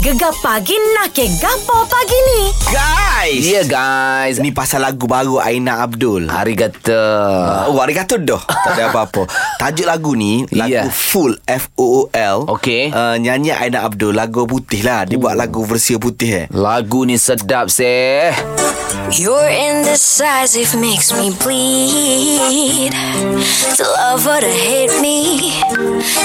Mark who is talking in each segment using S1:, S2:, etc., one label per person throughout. S1: Gegar pagi nak ke gapo pagi ni?
S2: Guys
S3: Ya yeah, guys
S2: Ni pasal lagu baru Aina Abdul
S3: Hari kata
S2: Oh hari kata dah Tak ada apa-apa Tajuk lagu ni Lagu yeah.
S3: Ya.
S2: Full F-O-O-L
S3: Okey. Oh.
S2: uh, Nyanyi Aina Abdul Lagu putih lah Dia buat lagu versi putih eh
S3: Lagu ni sedap seh
S4: Your indecisive makes me bleed. To love or to hate me,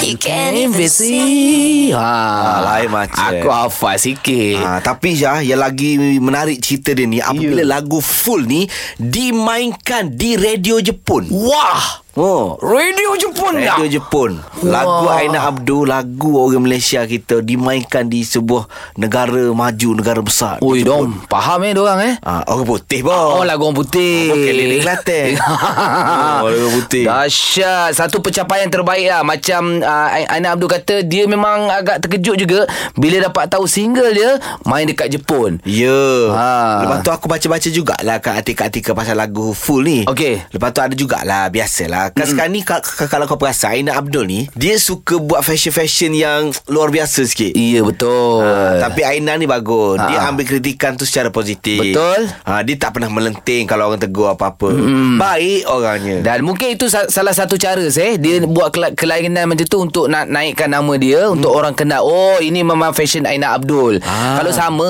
S4: you can't even see.
S3: ha,
S2: Ah, lain macam.
S3: Aku hafal sikit
S2: Ha, tapi Syah Yang lagi menarik cerita dia ni Apabila
S3: Ya.
S2: yeah. lagu full ni Dimainkan di radio Jepun
S3: Wah
S2: Oh
S3: Radio Jepun
S2: Radio
S3: Radio
S2: Jepun Lagu
S3: Wah.
S2: Aina Abdul Lagu orang Malaysia kita Dimainkan di sebuah Negara maju Negara besar
S3: Ui dong Faham eh dorang eh
S2: Ah, orang putih bos.
S3: Oh lagu orang putih
S2: Bukan lirik Kelantan.
S3: Ah,
S2: Oh, lagu putih.
S3: Dahsyat Satu pencapaian terbaik lah Macam uh, Aina Abdul kata Dia memang agak terkejut juga Bila dapat tahu single dia Main dekat Jepun
S2: Ya
S3: Ah.
S2: ha. Lepas tu aku baca-baca jugalah Kat artikel-artikel pasal lagu full ni
S3: Okey.
S2: Lepas tu ada jugalah Biasalah Kan mm. sekarang ni ka- ka- Kalau kau perasan Aina Abdul ni Dia suka buat fashion-fashion yang Luar biasa sikit
S3: Iya betul
S2: Ha, tapi Aina ni bagus Dia
S3: Ah.
S2: ambil kritikan tu secara positif
S3: Betul.
S2: ha, Dia tak pernah melenting Kalau orang tegur apa-apa mm. Baik orangnya
S3: Dan mungkin itu sa- salah satu cara seh dia buat kela- kelainan macam tu untuk nak naikkan nama dia untuk orang kenal oh ini memang fashion Aina Abdul. Ah. Kalau sama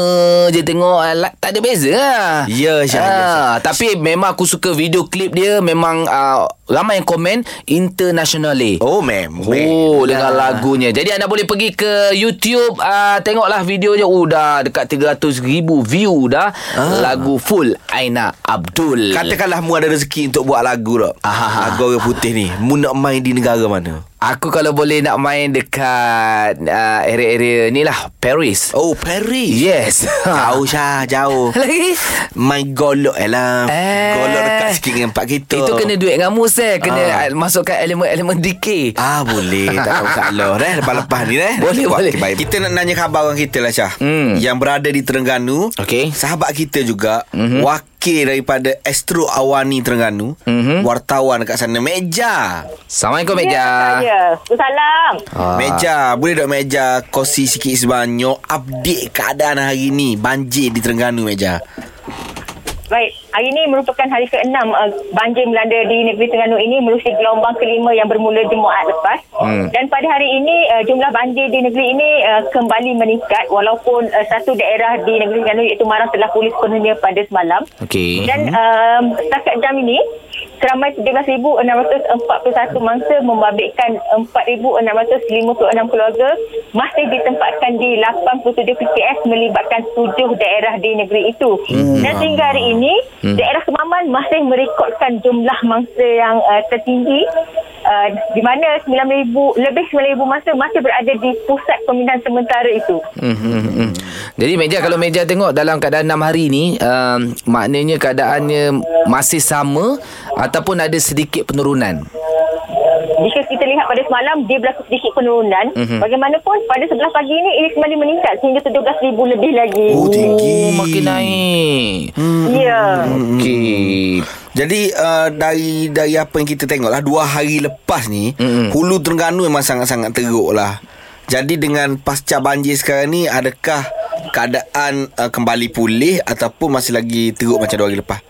S3: je tengok ala, tak ada beza lah.
S2: Ya, Syah, ya,
S3: ah, tapi memang aku suka video klip dia memang ah, ramai yang komen internationally.
S2: Oh mem
S3: Oh dengan lagunya Jadi anda boleh pergi ke YouTube uh, Tengoklah videonya Oh dah dekat 300 ribu view dah ah. Lagu full Aina Abdul
S2: Katakanlah mu ada rezeki Untuk buat lagu tak
S3: Ah.
S2: Lagu orang putih ni Mu nak main di negara mana
S3: Aku kalau boleh nak main dekat uh, area-area ni lah Paris.
S2: Oh Paris
S3: Yes.
S2: Jauh Syah Jauh
S3: Lagi?
S2: Main golok eh lah
S3: Eh.
S2: Golok dekat sikit dengan pak kita
S3: Itu kena duit dengan kamu sel
S2: Ah.
S3: Kena ah. masukkan elemen-elemen DK
S2: Ah boleh Tak ada masalah eh? Lepas-lepas ni eh Okey,
S3: Boleh, boleh.
S2: baik. Kita nak nanya khabar orang kita lah Syah
S3: Hmm.
S2: Yang berada di Terengganu
S3: Okey. Mhm.
S2: Sahabat kita juga mm-hmm. Wakil daripada Astro Awani Terengganu
S3: Mhm.
S2: mm-hmm. Wartawan dekat sana Meja
S3: Assalamualaikum Meja
S5: Ya, salam.
S2: ah. Meja Boleh tak Meja Kongsi sikit sebanyak Update keadaan hari ni Banjir di Terengganu Meja
S5: Baik, hari ini merupakan hari ke-6 uh, banjir melanda di negeri Terengganu ini merusi gelombang kelima yang bermula Jumaat lepas. Hmm. Dan pada hari ini uh, jumlah banjir di negeri ini uh, kembali meningkat walaupun uh, satu daerah di negeri Terengganu iaitu Marang telah pulih sepenuhnya pada semalam.
S3: Okey
S5: Dan um, setakat jam ini seramai 13,641 mangsa membabitkan 4,656 keluarga masih ditempatkan di 87 PKS melibatkan 7 daerah di negeri itu. Hmm. Dan sehingga hari ini hmm. daerah Kemaman masih merekodkan jumlah mangsa yang uh, tertinggi uh, di mana 9,000 lebih 9,000 mangsa masih berada di pusat pembinaan sementara itu.
S3: Mm-hmm. Jadi Meja kalau Meja tengok dalam keadaan 6 hari ni um, Maknanya keadaannya masih sama Ataupun ada sedikit penurunan
S5: jika kita lihat pada semalam dia berlaku sedikit penurunan mm-hmm. bagaimanapun pada 11 pagi ini ia kembali meningkat sehingga 17,000 lebih lagi
S2: Oh, tinggi.
S3: Oh makin naik hmm.
S5: ya
S3: Okey
S2: Jadi uh, dari dari apa yang kita tengok lah dua hari lepas ni mm-hmm. hulu Terengganu memang sangat-sangat teruk lah. Jadi dengan pasca banjir sekarang ni adakah keadaan uh, kembali pulih ataupun masih lagi teruk macam dua hari lepas?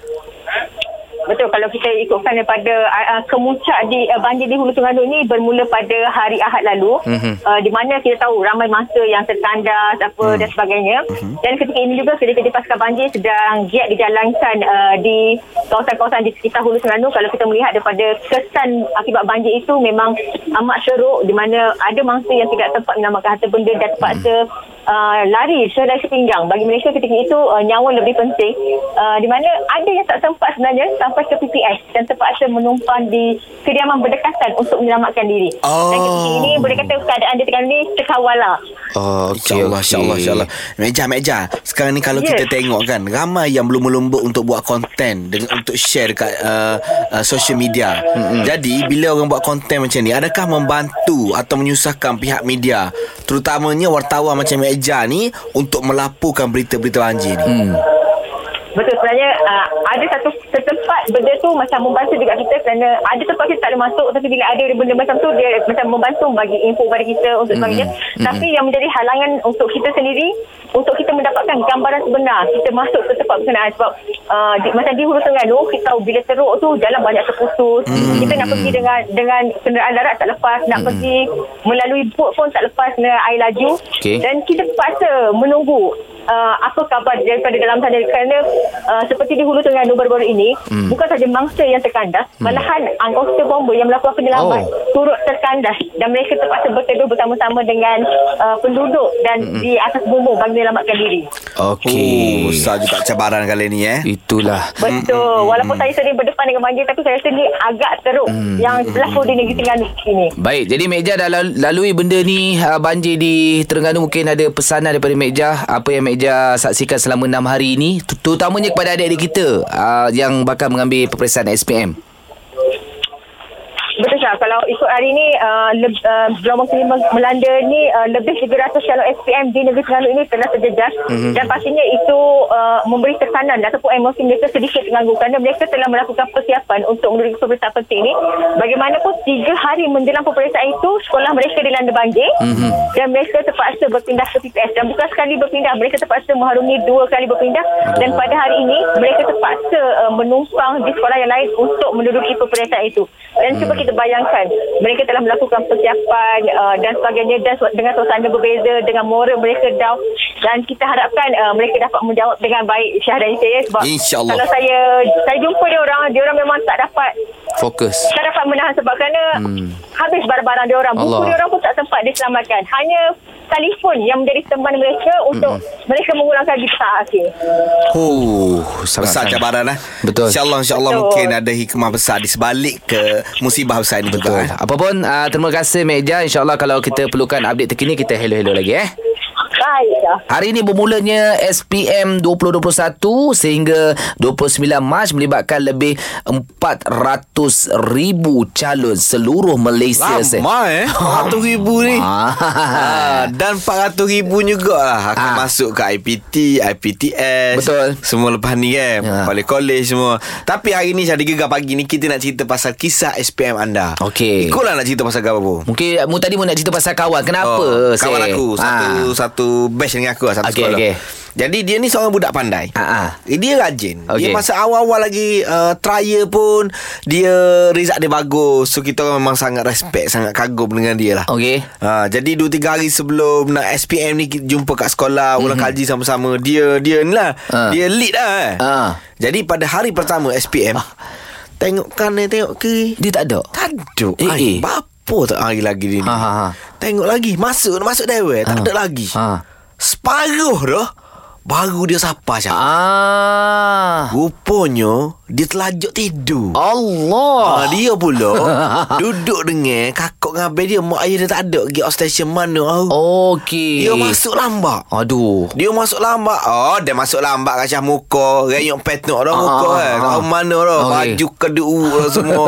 S5: betul kalau kita ikutkan daripada uh, kemuncak di uh, banjir di Hulu Terengganu ini bermula pada hari Ahad lalu mm-hmm. uh, di mana kita tahu ramai mangsa yang terkandas apa mm. dan sebagainya mm-hmm. dan ketika ini juga kerja-kerja pasca banjir sedang giat dijalankan uh, di kawasan-kawasan di sekitar Hulu Terengganu kalau kita melihat daripada kesan akibat banjir itu memang amat teruk di mana ada mangsa yang tidak tempat menamatkan harta benda dan terpaksa uh, lari selai sepinggang. Bagi Malaysia ketika itu uh, nyawa lebih penting uh, di mana ada yang tak sempat sebenarnya sampai ke PPS dan terpaksa menumpang di kediaman berdekatan untuk menyelamatkan diri.
S2: Oh.
S5: Dan ketika ini boleh kata keadaan di Terengganu ini terkawal lah.
S3: Oh, okey,
S2: InsyaAllah,
S3: okey.
S2: insyaAllah, insyaAllah. Meja, Meja. Sekarang ni kalau
S5: Ya.
S2: kita tengok kan, ramai yang belum melombok untuk buat konten, dengan, untuk share dekat uh, uh, social media. Mm-hmm. Jadi, bila orang buat konten macam ni, adakah membantu atau menyusahkan pihak media? Terutamanya wartawan macam Meja ni untuk melaporkan berita-berita banjir ni. Mm.
S5: Betul sebenarnya uh, ada satu setempat benda tu macam membantu juga kita kerana ada tempat kita tak boleh masuk tapi bila ada benda macam tu dia macam membantu bagi info kepada kita untuk sebagainya. Mm-hmm. Tapi yang menjadi halangan untuk kita sendiri untuk kita mendapatkan gambaran sebenar kita masuk ke tempat berkenaan sebab uh, di, macam di Hulu Terengganu kita tahu bila teruk tu jalan banyak terputus mm-hmm. kita nak pergi dengan dengan kenderaan darat tak lepas nak mm-hmm. pergi melalui bot pun tak lepas dengan air laju
S3: Okey.
S5: dan kita terpaksa menunggu uh, apa khabar daripada dalam sana kerana uh, seperti di Hulu Terengganu baru-baru ini hmm. bukan saja mangsa yang terkandas malahan anggota bomba yang melakukan penyelamat
S3: Oh.
S5: turut terkandas dan mereka terpaksa berteduh bersama-sama dengan uh, penduduk dan hmm. di atas bumbung bagi menyelamatkan diri
S2: Okay. Oh,
S3: Okey.
S2: besar juga cabaran kali ni eh.
S3: Itulah.
S5: betul walaupun saya sering berdepan dengan banjir tapi saya rasa ni agak teruk yang berlaku di negeri Terengganu ini
S3: Baik, jadi Mek Jah dah lalu- lalui benda ni uh, banjir di Terengganu mungkin ada pesanan daripada Mek Jah apa yang Mek Jah saksikan selama 6 hari ini tu- terutamanya kepada adik-adik kita uh, yang bakal mengambil peperiksaan SPM.
S5: Betul Syah. Kalau ikut hari ni uh, le, uh, gelombang kelima melanda ni uh, lebih 300 calon SPM di negeri Terengganu ini telah terjejas mm-hmm. dan pastinya itu uh, memberi tekanan ataupun emosi mereka sedikit terganggu kerana mereka telah melakukan persiapan untuk menuju peperiksaan penting ni. Bagaimanapun 3 hari menjelang peperiksaan itu sekolah mereka dilanda banjir mm-hmm. dan mereka terpaksa berpindah ke PPS dan bukan sekali berpindah mereka terpaksa mengharungi dua kali berpindah dan pada hari ini mereka terpaksa uh, menumpang di sekolah yang lain untuk menduduki peperiksaan itu dan cuba kita bayangkan mereka telah melakukan persiapan uh, dan sebagainya dan su- dengan suasana berbeza dengan moral mereka down dan kita harapkan uh, mereka dapat menjawab dengan baik Syah dan saya sebab
S2: InsyaAllah.
S5: kalau saya saya jumpa dia orang dia orang memang tak dapat
S3: Fokus.
S5: tak dapat menahan sebab kerana hmm. habis barang-barang dia orang. Buku
S3: Allah.
S5: dia orang pun tak sempat diselamatkan. Hanya telefon yang menjadi teman mereka untuk mereka mengulangkan di saat akhir.
S2: Oh,
S3: sangat-
S2: besar
S3: sangat.
S2: cabaran eh.
S3: Betul.
S2: InsyaAllah, insyaAllah
S5: Betul.
S2: mungkin ada hikmah besar di sebalik ke musibah besar ini juga.
S3: Betul.
S2: Eh.
S3: Apa pun uh, terima kasih Mek Jah insya-Allah kalau kita perlukan update terkini kita hello-hello lagi eh.
S5: Baik dah.
S3: Hari ini bermulanya SPM 2021 sehingga 29 Mac melibatkan lebih 400 ribu calon seluruh Malaysia. Seh.
S2: Lama eh RM400,000 ni
S3: Ah.
S2: ah, Dan RM400,000 jugalah Akan
S3: Ah.
S2: masuk ke IPT IPTS
S3: Betul.
S2: Semua lepas ni kan
S3: Ya.
S2: Balik college semua Tapi hari ni Syah Gegar pagi ni Kita nak cerita pasal Kisah SPM anda
S3: Okey.
S2: Ikutlah nak cerita pasal apa pun
S3: Mungkin mu tadi mu nak cerita pasal kawan. Kenapa?
S2: oh, Kawan
S3: Seh?
S2: aku Satu
S3: Ah.
S2: satu batch dengan aku lah, Satu
S3: Okey,
S2: sekolah
S3: okey.
S2: Jadi dia ni seorang budak pandai
S3: Ah, ah.
S2: Dia rajin
S3: Okey.
S2: Dia masa awal-awal lagi uh, Trial pun Dia Result dia bagus So kita orang memang sangat respect Sangat kagum dengan dia lah
S3: Okey.
S2: Ha, jadi 2-3 hari sebelum nak SPM ni kita jumpa kat sekolah ulang kaji sama-sama dia dia ni lah
S3: Mhm. Ha.
S2: dia lead lah eh.
S3: Ha. Ah.
S2: Jadi pada hari pertama SPM tengok kanan eh, tengok kiri
S3: Dia tak ada.
S2: Tajuk
S3: Eh, eh.
S2: eh, eh. Bapa tak hari lagi dia ni
S3: Ha, ha, ha.
S2: Tengok lagi Masuk masuk dewan Tak
S3: Ha.
S2: ada lagi
S3: Ha.
S2: Separuh dah Baru dia sapa Syah
S3: Ah.
S2: Rupanya Dia terlajuk tidur
S3: Allah.
S2: Ah, dia pula duduk dengan kakak dengan abang dia mak ayah dia tak ada pergi outstation mana oh.
S3: Okey.
S2: Dia masuk lambat.
S3: Aduh.
S2: Eh. Dia masuk lambat. Oh, dia masuk lambat kacah muka, reyok petok dah
S3: Ah,
S2: muka
S3: ah,
S2: eh.
S3: ah.
S2: Tahu mana dah
S3: Okey.
S2: baju kedua dah semua.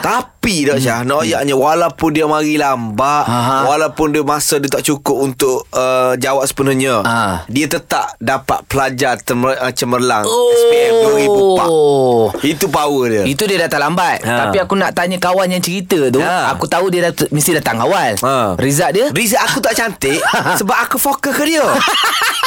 S2: Tapi dah
S3: Hmm.
S2: Syah, nak ayaknya walaupun dia mari lambat,
S3: Ah, ah.
S2: walaupun dia masa dia tak cukup untuk uh, jawab sepenuhnya,
S3: Ah.
S2: dia tetap dapat pelajar temer, uh, cemerlang SPM 2004.
S3: Oh.
S2: Itu power dia.
S3: Itu dia datang lambat
S2: Ha.
S3: ha. Tapi aku nak tanya kawan yang cerita tu
S2: Ha.
S3: ha. Aku tahu dia dat- mesti datang awal
S2: Ha.
S3: ha. Result dia
S2: Result aku tak cantik Sebab aku fokus ke dia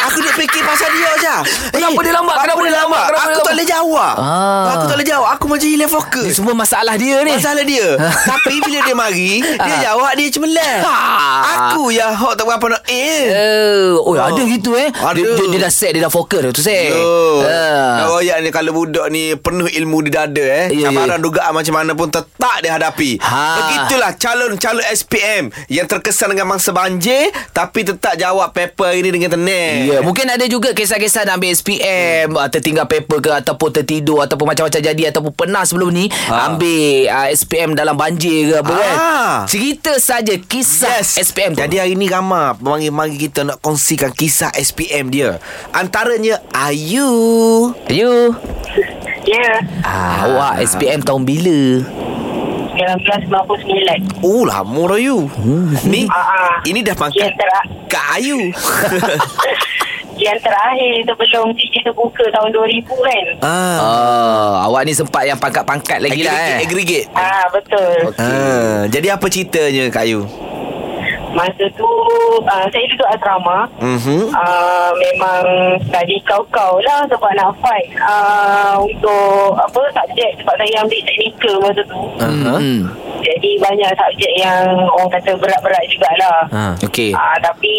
S2: Aku nak fikir pasal dia je Eh,
S3: Kenapa dia lambat? Kenapa dia lambat?
S2: Aku
S3: Kenapa dia
S2: tak
S3: lambat?
S2: boleh jawab
S3: Ah.
S2: Aku tak boleh jawab Aku macam hilang
S3: Ni
S2: fokus
S3: semua masalah dia ni
S2: Masalah dia Tapi bila dia mari Dia
S3: Ah.
S2: jawab Dia cemelan
S3: Ah.
S2: Aku ya Hak tak berapa nak Eh
S3: Eh, oh, ada
S2: Oh.
S3: gitu eh.
S2: Ada.
S3: Dia, dia, dia dah set, dia dah fokus dah tu set.
S2: Yo.
S3: Ha.
S2: Oh ya ni kalau budak ni penuh ilmu di dada eh.
S3: Ya, ya.
S2: Cabaran dugaan macam mana pun tetap dia hadapi.
S3: Ha.
S2: Begitulah calon-calon SPM yang terkesan dengan mangsa banjir tapi tetap jawab paper ini dengan tenang.
S3: Ya, mungkin ada juga kisah-kisah nak ambil SPM, hmm. tertinggal paper ke ataupun tertidur ataupun macam-macam jadi ataupun pernah sebelum ni
S2: Ha.
S3: ambil uh, SPM dalam banjir ke apa
S2: Ah.
S3: kan. Cerita saja kisah yes. SPM tu.
S2: Jadi hari ni ramai pemanggil-manggil kita nak kongsikan kisah SPM dia. Antaranya Ayu.
S3: you
S5: Ya. Yeah.
S3: ah, awak SPM tahun bila?
S5: 1999.
S2: Oh lama dah
S3: Hmm.
S2: Ayu. Ni
S5: Ah, ah.
S2: ini dah panggil
S5: Ya, tak.
S2: Kak Ayu.
S5: yang terakhir sebelum kita buka tahun 2000 kan.
S2: Ah.
S3: Ah, awak ni sempat yang pangkat-pangkat lagi lah eh.
S2: Aggregate.
S5: Ah betul.
S2: Ah, jadi apa ceritanya Kak Ayu?
S5: Masa tu uh, saya duduk asrama.
S2: Mhm.
S3: Ah,
S5: Uh, memang tadi kau-kau lah sebab nak fight uh, untuk apa subjek sebab saya ambil teknikal masa tu.
S2: Aha.
S3: Hmm.
S5: Jadi banyak subjek yang orang kata berat-berat jugalah.
S2: Ah.
S3: Okey.
S5: Ah, tapi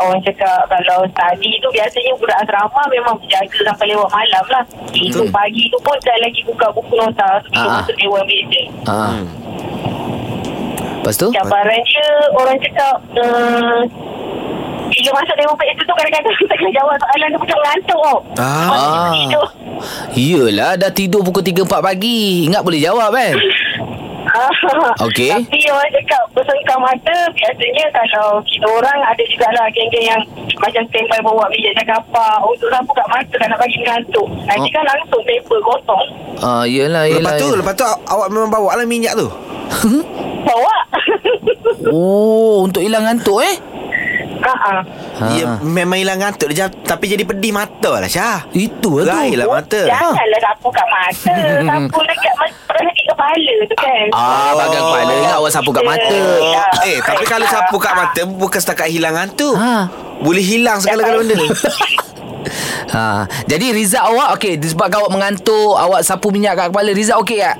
S5: orang cakap kalau study tu biasanya budak asrama memang berjaga sampai lewat malam lah. Esok pagi tu pun saya lagi buka buku nota sebelum
S3: Ah.
S5: masuk dewan biasa.
S3: Ah. Lepas tu?
S5: Cabaran dia orang cakap uh, bila masuk dewan biasa tu kadang-kadang tak kena jawab soalan tu macam ngantuk tau.
S2: Ah.
S5: Macam tu.
S3: Yelah dah tidur pukul 3 4 pagi. Ingat boleh jawab kan?
S5: Ah.
S3: Okey.
S5: Tapi orang cakap bersengkang mata biasanya kalau kita orang ada jugalah geng-geng yang macam standby bawa meja cakapa untuk lampu kat mata kan nak bagi mengantuk.
S3: Oh.
S5: Nanti kan langsung paper kosong.
S3: Ah yelah yelah.
S6: Lepas tu
S3: yelah.
S6: Lepas tu aw- awak memang bawa lah minyak tu
S5: Bawa.
S3: Oh, untuk hilang ngantuk eh?
S5: Ha
S3: Ha.
S2: Dia memang hilang ngantuk dia jap- Tapi jadi pedih mata lah Syah
S3: Itu lah tu.
S2: Rai lah mata
S5: Janganlah sapu kat mata. sapu lagi kat mata. Pernah sakit kepala tu kan.
S3: Ah,
S2: Oh.
S3: bagang kepala ingat awak sapu kat mata.
S5: Ya.
S2: Eh tapi kalau sapu kat mata Bukan setakat hilang ngantuk
S3: Ha.
S2: Boleh hilang segala-gala benda
S3: Ha, jadi result awak okey disebabkan awak mengantuk, awak sapu minyak kat kepala, result okey tak?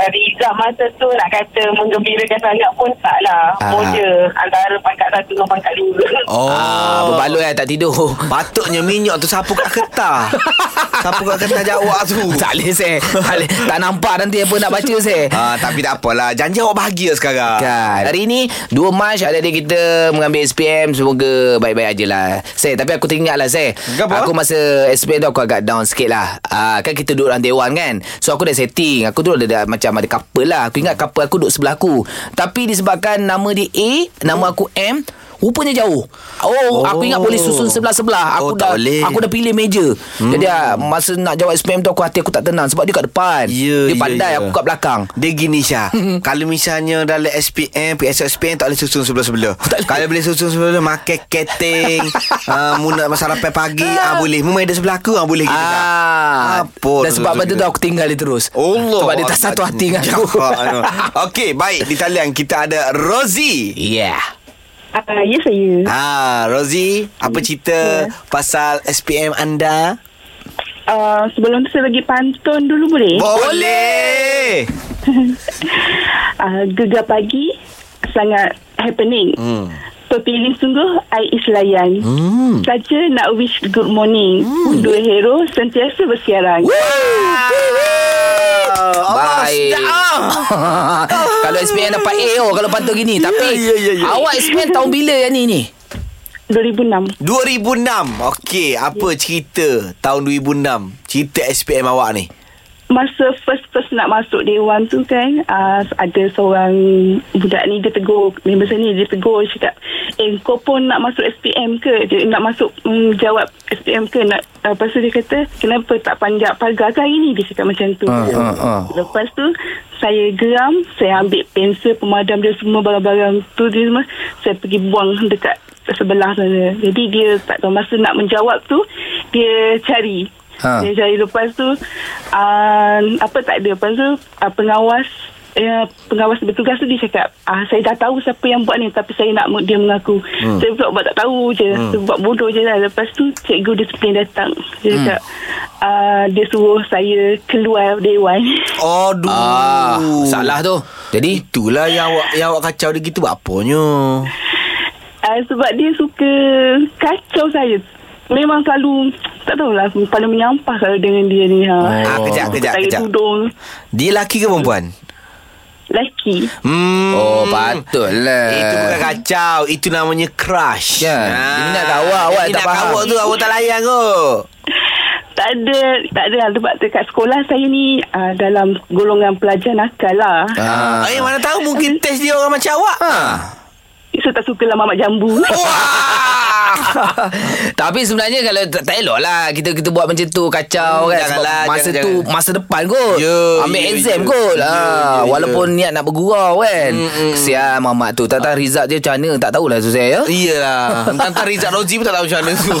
S5: Riza Eh, masa tu nak kata menggembirakan sangat pun tak lah.
S3: Ah.
S5: Moda antara pangkat satu dengan pangkat dua.
S2: Oh
S3: Ah, berbaloi lah tak tidur.
S2: Patutnya minyak tu sapu kat kertas Sapu kat kertas jawab tu
S3: tak boleh saya. Tak, boleh. tak nampak nanti apa nak baca saya.
S2: Ah, tapi tak apalah Janji awak bahagia sekarang
S3: Kan. Hari ni 2 Mac adik-adik kita mengambil SPM semoga baik-baik aje lah. Saya tapi aku teringat lah saya.
S2: Kenapa?
S3: Aku masa SPM tu aku agak down sikit lah. Ah, kan kita duduk dalam dewan kan. So aku dah setting. Aku duduk ada, ada macam ada couple lah. Aku ingat couple aku duduk sebelah aku. Tapi disebabkan nama dia A, nama aku M, Rupanya jauh Oh, oh. Aku ingat boleh susun sebelah-sebelah Aku
S2: Oh, tak
S3: dah
S2: boleh.
S3: Aku dah pilih meja hmm. Jadi ah, Masa nak jawab SPM tu Aku hati aku tak tenang Sebab dia kat depan
S2: Ya, ya,
S3: Dia pandai
S2: ya.
S3: Aku kat belakang
S2: Dia gini Syah Kalau misalnya dalam SPM PSL SPM tak boleh susun sebelah-sebelah Kalau boleh susun sebelah Makan keting uh, Muna masalah pagi ah, Boleh Mumai ada sebelah aku ah, Boleh gitu
S3: Ah,
S2: Apa tu-
S3: Dan sebab
S2: tu-
S3: benda
S2: tu-
S3: tu aku tinggal dia terus
S2: Allah Ya,
S3: Sebab dia tak satu hati dengan aku
S2: Okey baik Di talian kita ada Rosie
S3: Yeah
S7: Uh, ya saya.
S2: Ah, Rosie Apa cerita Pasal SPM anda
S3: Ah.
S7: Uh, sebelum tu saya bagi pantun dulu boleh?
S2: Boleh
S7: Uh, gegar pagi sangat happening. Hmm. Terpilih sungguh I is layan. Hmm. Saja nak wish good morning. Hmm. Dua hero sentiasa bersiaran.
S3: Ah, Baik Kalau SPM dapat A oh, Kalau pantun gini Tapi
S2: ya, ya, ya.
S3: Awak SPM tahun bila yang ni ni
S7: 2006.
S2: 2006 Okey Apa cerita Tahun 2006 Cerita SPM awak ni
S7: Masa first-first nak masuk Dewan tu kan uh, Ada seorang budak ni dia tegur Member saya ni dia tegur Dia cakap Eh kau pun nak masuk SPM ke? Dia nak masuk mm, jawab SPM ke? Nak, uh, lepas tu dia kata Kenapa tak panjat pagar ke hari ni? Dia cakap macam tu
S3: Ah, ah, ah.
S7: Lepas tu saya geram Saya ambil pensel pemadam dia semua Barang-barang tu dia semua Saya pergi buang dekat sebelah sana Jadi dia tak tahu masa nak menjawab tu Dia cari
S3: Ha.
S7: ha. Dia cari lepas tu uh, Apa tak ada Lepas tu uh, pengawas Ya, pengawas bertugas tu dia cakap ah, Saya dah tahu siapa yang buat ni Tapi saya nak mu- dia mengaku hmm. Saya pula buat tak tahu je hmm. Saya buat bodoh je lah Lepas tu cikgu disiplin datang Dia hmm. cakap ah, Dia suruh saya keluar dewan
S2: Aduh
S3: Ah, Salah tu Jadi
S2: Itulah yang awak yang awak kacau dia gitu buat apanya.
S7: Uh, sebab dia suka kacau saya. Memang selalu, tak tahulah, paling menyampah kalau dengan dia ni. Ha.
S2: Ah, kejap, kejap,
S7: saya
S2: kejap.
S7: tudung.
S2: Dia lelaki ke perempuan?
S7: Lelaki.
S2: Hmm.
S3: Oh patut lah
S2: Itu bukan kacau Itu namanya crush Ah.
S3: Ya, dia minat kat awak, awak
S2: dia minat
S3: tak
S2: kat
S3: faham.
S2: awak tu Awak tak layan kot
S7: Tak ada, tak ada lah. Sebab dekat sekolah saya ni uh, dalam golongan pelajar nakal lah.
S2: ah. Eh mana tahu mungkin test dia orang macam awak ha.
S8: Saya tak
S7: lah
S8: sukalah mamak jambu.
S2: Ah.
S3: Tapi sebenarnya kalau tak, tak elok lah kita kita buat macam tu kacau
S2: Hmm,
S3: kan
S2: jangan
S3: sebab
S2: lah,
S3: masa
S2: jangan,
S3: tu
S2: jangan.
S3: masa depan kot.
S2: Ya,
S3: Ambil
S2: ya,
S3: exam
S2: ya.
S3: kot.
S2: Ya,
S3: ha,
S2: ya, ya.
S3: walaupun niat nak bergurau kan. Kesian mamak tu. Tak tahu result dia macam mana tak tahulah tu saya ya.
S2: Iyalah Tentang Rizal Rozi pun tak tahu macam mana tu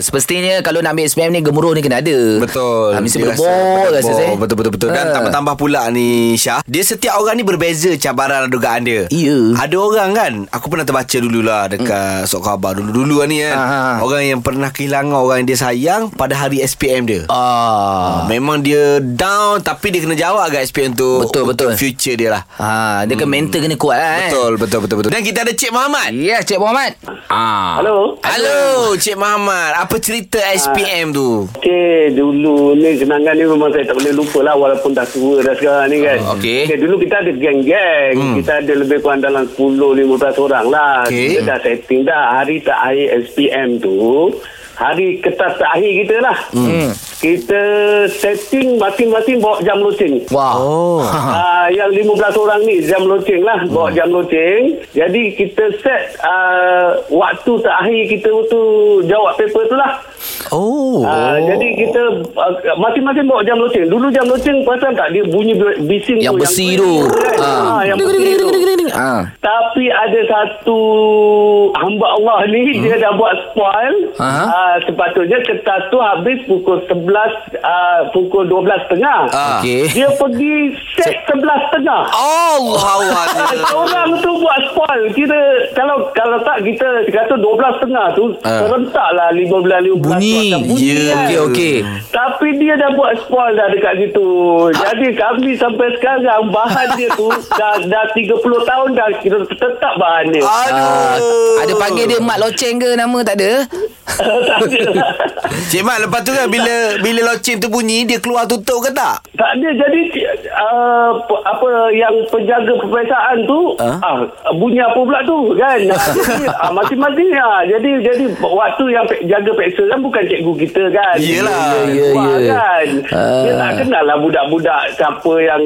S3: Semestinya kalau nak ambil SPM ni gemuruh ni kena ada.
S2: Betul
S3: Ha, mesti
S2: Dia
S3: berdebor rasa saya.
S2: Betul betul betul Dan
S3: Ha.
S2: tambah-tambah pula ni Syah Dia setiap orang ni berbeza cabaran dan dugaan dia
S3: Iya.
S2: Ada orang kan Aku pernah terbaca dululah Dekat sok khabar dulu-dulu kan ni kan
S3: Ha, ha, ha.
S2: Orang yang pernah kehilangan orang yang dia sayang Pada hari SPM dia
S3: Ah.
S2: Memang dia down Tapi dia kena jawab agak SPM tu
S3: Betul,
S2: untuk
S3: betul.
S2: Future dia lah
S3: Ha, dia kan mental kena kuat lah eh.
S2: Betul, betul, betul, betul. Dan kita ada Cik Muhammad.
S3: Ya, Cik Muhammad. Ah.
S7: Hello.
S2: Halo, Cik Muhammad. Apa cerita SPM tu?
S7: Okey, Eh, dulu ni kenangan ni memang saya tak boleh lupa lah walaupun dah tua dah sekarang ni kan.
S2: Oh, okey.
S7: Okey, dulu kita ada geng-geng. Hmm. Kita ada lebih kurang dalam 10 15 orang lah.
S2: Okey.
S7: Kita dah setting dah hari terakhir SPM tu. Hari kertas terakhir kita lah. Hmm. Kita setting masing-masing bawa jam loceng.
S3: Wah. Oh.
S7: Ah, yang 15 orang ni jam loceng lah bawa jam loceng jadi kita set ah, waktu terakhir kita tu jawab paper tu lah
S2: Oh.
S7: Ah, jadi kita ah, masing-masing bawa jam loceng. Dulu jam loceng perasan tak dia bunyi ber- bising
S3: Yang
S7: tu
S3: besi tu.
S7: Kan?
S3: Ah.
S7: Ah, yang besi tu.
S3: Ah.
S7: Tapi ada satu hamba Allah
S2: Hmm.
S7: ni dia dah buat spoil.
S2: Ha?
S3: Aha.
S7: Ah, sepatutnya kertas tu habis pukul 11 ah, pukul 12.30.
S2: Ah.
S3: Okey.
S7: Dia pergi set 11.30.
S2: Allah Allah.
S7: Orang tu buat spoil Kita Kalau kalau tak kita Kata 12 tengah tu
S2: Ah.
S7: Serentak lah 15-15
S3: Oh, Bunyi. Ya, okey okey.
S7: kan. Tapi dia dah buat spoil dah dekat situ Jadi kami sampai sekarang Bahan dia tu dah, dah 30 tahun dah Kita tetap bahan dia
S3: Ah,
S2: Aduh.
S3: ada panggil dia Mak Loceng ke nama tak ada?
S7: Tak ada lah.
S2: Cik Mat, lepas tu kan bila bila loceng tu bunyi, dia keluar tutup ke tak?
S7: Tak ada Jadi uh, pe- Apa Yang penjaga perperiksaan tu
S3: Ha?
S7: ah? Ah, Bunyi apa pula tu Kan Ah, jadi, ah, Masing-masing ah, Jadi jadi Waktu yang pe- jaga periksa kan Bukan cikgu kita kan
S2: Yelah.
S3: Ya,
S7: Wah,
S3: ya.
S7: kan
S3: Ah.
S7: Dia tak kenal lah Budak-budak Siapa yang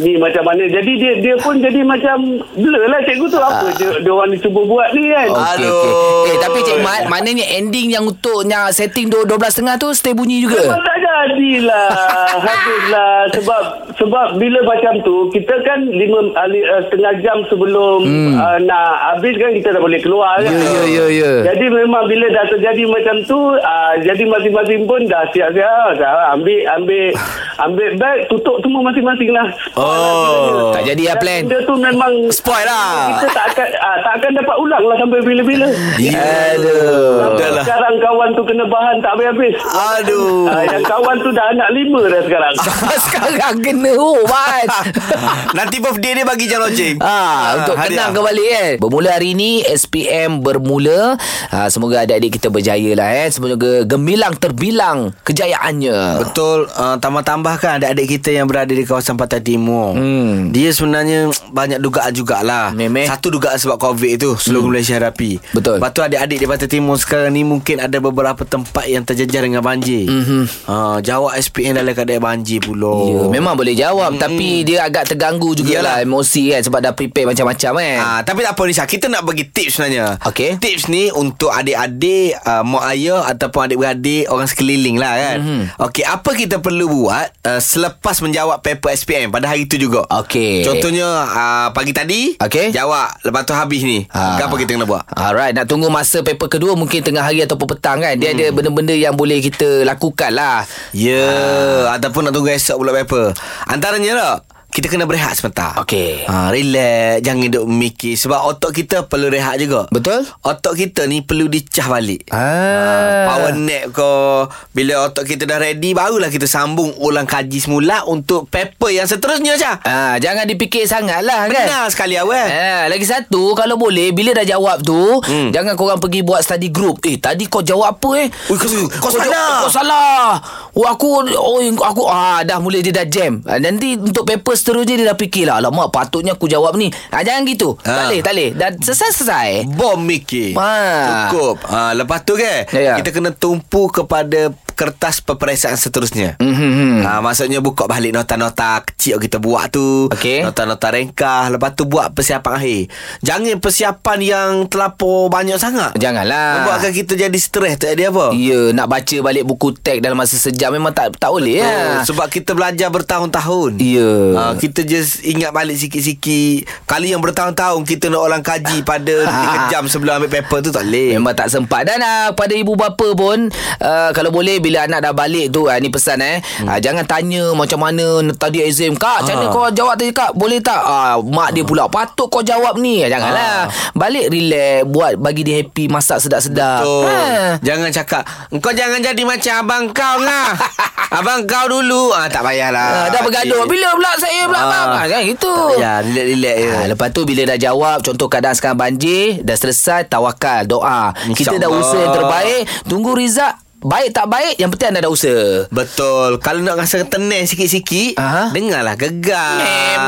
S7: Ni macam mana Jadi dia dia pun jadi macam Blur lah cikgu tu Apa
S3: Ah.
S7: dia, dia orang ni cuba buat ni kan
S3: Okey okey. Eh tapi Cik Mat, maknanya ending yang untuk yang setting 12.30 tu stay bunyi
S7: Memang
S3: juga.
S7: tak jadilah Habislah Sebab Sebab bila macam tu Kita kan lima, ah, li- ah, Setengah jam sebelum ah, Nak habis kan Kita dah boleh keluar kan
S3: Hmm. Ya, ya, ya, ya.
S7: Jadi memang bila dah terjadi macam tu ah, Jadi masing-masing pun dah siap-siap ah, dah Ambil Ambil Ambil bag Tutup semua masing-masing lah
S2: Oh.
S3: Tak jadi lah
S7: Dan
S3: plan.
S7: Benda tu memang
S2: Spoil lah.
S7: Kita tak akan ah, Tak akan dapat ulang lah Sampai bila-bila
S3: Ya,
S2: Aduh. Dah lah.
S7: Sekarang kawan tu kena bahan Tak habis-habis
S2: Aduh.
S7: Ah, Yang kawan tu dah anak lima dah sekarang
S3: Sekarang kena oh Mat.
S2: Nanti birthday dia bagi jam loceng.
S3: Ah, untuk
S2: hadiah.
S3: kenang kembali eh. Bermula hari ini SPM bermula. Ah, semoga adik-adik kita berjaya lah eh. Semoga gemilang terbilang kejayaannya.
S2: Betul uh, Tambah-tambahkan adik-adik kita yang berada di kawasan Pantai Timur
S3: Hmm.
S2: Dia sebenarnya banyak dugaan jugalah
S3: Memeh.
S2: Satu dugaan sebab COVID tu Seluruh hmm. Malaysia hadapi
S3: Betul.
S2: Lepas tu adik-adik di Pantai Timur sekarang ni Mungkin ada beberapa tempat yang terjejas dengan banjir mm-hmm. uh, Jawab SPM dalam keadaan banjir pula
S3: Mhm. Ya, memang boleh jawab mm tapi dia agak terganggu jugalah
S2: Oh. Hmm. Yalah.
S3: emosi kan sebab dah prepare macam-macam kan.
S2: Ah,
S3: Ah.
S2: tapi tak apa Nisa Kita nak bagi tips sebenarnya
S3: Okey.
S2: Tips ni untuk adik-adik uh, Mak ayah Ataupun adik-beradik Orang sekeliling lah kan
S3: Mhm.
S2: mm-hmm. Okey Apa kita perlu buat uh, Selepas menjawab paper SPM Pada hari tu juga
S3: Okey.
S2: Contohnya uh, Pagi tadi
S3: Okey.
S2: Jawab Lepas tu habis ni
S3: Ah.
S2: ha. Apa kita kena buat
S3: Alright, nak tunggu masa paper kedua mungkin tengah hari ataupun petang kan. Dia ada
S2: Hmm.
S3: benda-benda yang boleh kita lakukan lah.
S2: Ya yeah.
S3: Ah.
S2: Ataupun nak tunggu esok pula paper Antaranya lah kita kena berehat sebentar
S3: Okey.
S2: ha, Relax Jangan duduk mikir Sebab otak kita perlu rehat juga
S3: Betul?
S2: Otak kita ni perlu dicah balik
S3: Ah.
S2: Power nap ke Bila otak kita dah ready Barulah kita sambung ulang kaji semula Untuk paper yang seterusnya Syah
S3: Ah, jangan dipikir sangat lah kan.
S2: Benar sekali awal
S3: Eh, lagi satu kalau boleh bila dah jawab tu hmm. jangan korang pergi buat study group. Eh tadi kau jawab apa eh?
S2: Ui, kau- kau
S3: jaw-
S2: salah.
S3: Kau salah. Oh aku oh aku ah dah mula dia dah jam. Ah, nanti untuk paper seterusnya dia dah fikir lah. Alamak patutnya aku jawab ni. Ah jangan gitu. Tak
S2: Ah.
S3: boleh, tak boleh. Dah selesai-selesai.
S2: Bom mikir
S3: Ah.
S2: Cukup ha, Lepas tu kan
S3: Ya, ya.
S2: Kita kena tumpu kepada kertas peperiksaan seterusnya.
S3: Hmm,
S2: Mm-hmm. Ha, maksudnya buka balik nota-nota kecil kita buat tu.
S3: Okey.
S2: Nota-nota rengkah. Lepas tu buat persiapan akhir. Jangan persiapan yang terlampau banyak sangat.
S3: Janganlah.
S2: Membuatkan kita jadi stres tak jadi apa.
S3: Ya, nak baca balik buku teks dalam masa sejam memang tak tak boleh ya.
S2: Ya. Sebab kita belajar bertahun-tahun.
S3: Ya.
S2: Ah, kita just ingat balik sikit-sikit. Kali yang bertahun-tahun kita nak orang kaji pada 3 jam sebelum ambil paper tu tak boleh.
S3: Memang tak sempat Dan uh, pada ibu bapa pun uh, Kalau boleh Bila anak dah balik tu uh, Ni pesan eh hmm. uh, Jangan tanya Macam mana Tadi exam Kak macam mana
S2: Ah.
S3: kau jawab tadi kak Boleh tak uh, Mak dia pula Patut kau jawab ni Ah, Janganlah
S2: Ah.
S3: Balik relax Buat bagi dia happy Masak sedap-sedap
S2: Oh,
S3: Ha.
S2: Jangan cakap Kau jangan jadi macam abang kau lah Abang kau dulu ah, Tak payahlah
S3: Ah, dah bergaduh Bila pula saya pula
S2: Ah.
S3: abang ah, Jangan gitu
S2: Ya relax-relax je
S3: Ha, lepas tu bila dah jawab Contoh keadaan sekarang banjir Dah selesai Tawakal Doa Kita dah
S2: InsyaAllah.
S3: usaha yang terbaik Tunggu result Baik tak baik Yang penting anda dah usaha
S2: Betul Kalau nak rasa tenang sikit-sikit
S3: Aha.
S2: Dengarlah gegar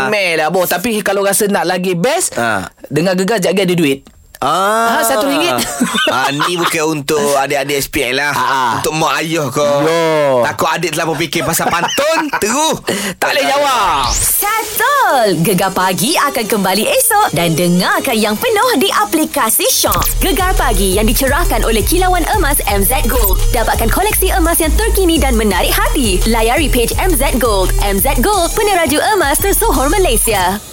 S3: Memel lah boh. Tapi kalau rasa nak lagi best
S2: Ah.
S3: Dengan gegar jaga ada duit
S2: Ah,
S3: Ah, satu ringgit.
S2: ah, ni bukan untuk adik-adik SPL lah.
S3: Ah.
S2: Untuk mak ayah kau.
S3: Yo.
S2: Takut adik telah fikir pasal pantun. Teruh.
S3: Tak boleh jawab
S1: Settle! Gegar Pagi akan kembali esok dan dengarkan yang penuh di aplikasi Shock. Gegar Pagi yang dicerahkan oleh kilauan emas MZ Gold. Dapatkan koleksi emas yang terkini dan menarik hati. Layari page MZ Gold. MZ Gold, peneraju emas tersohor Malaysia.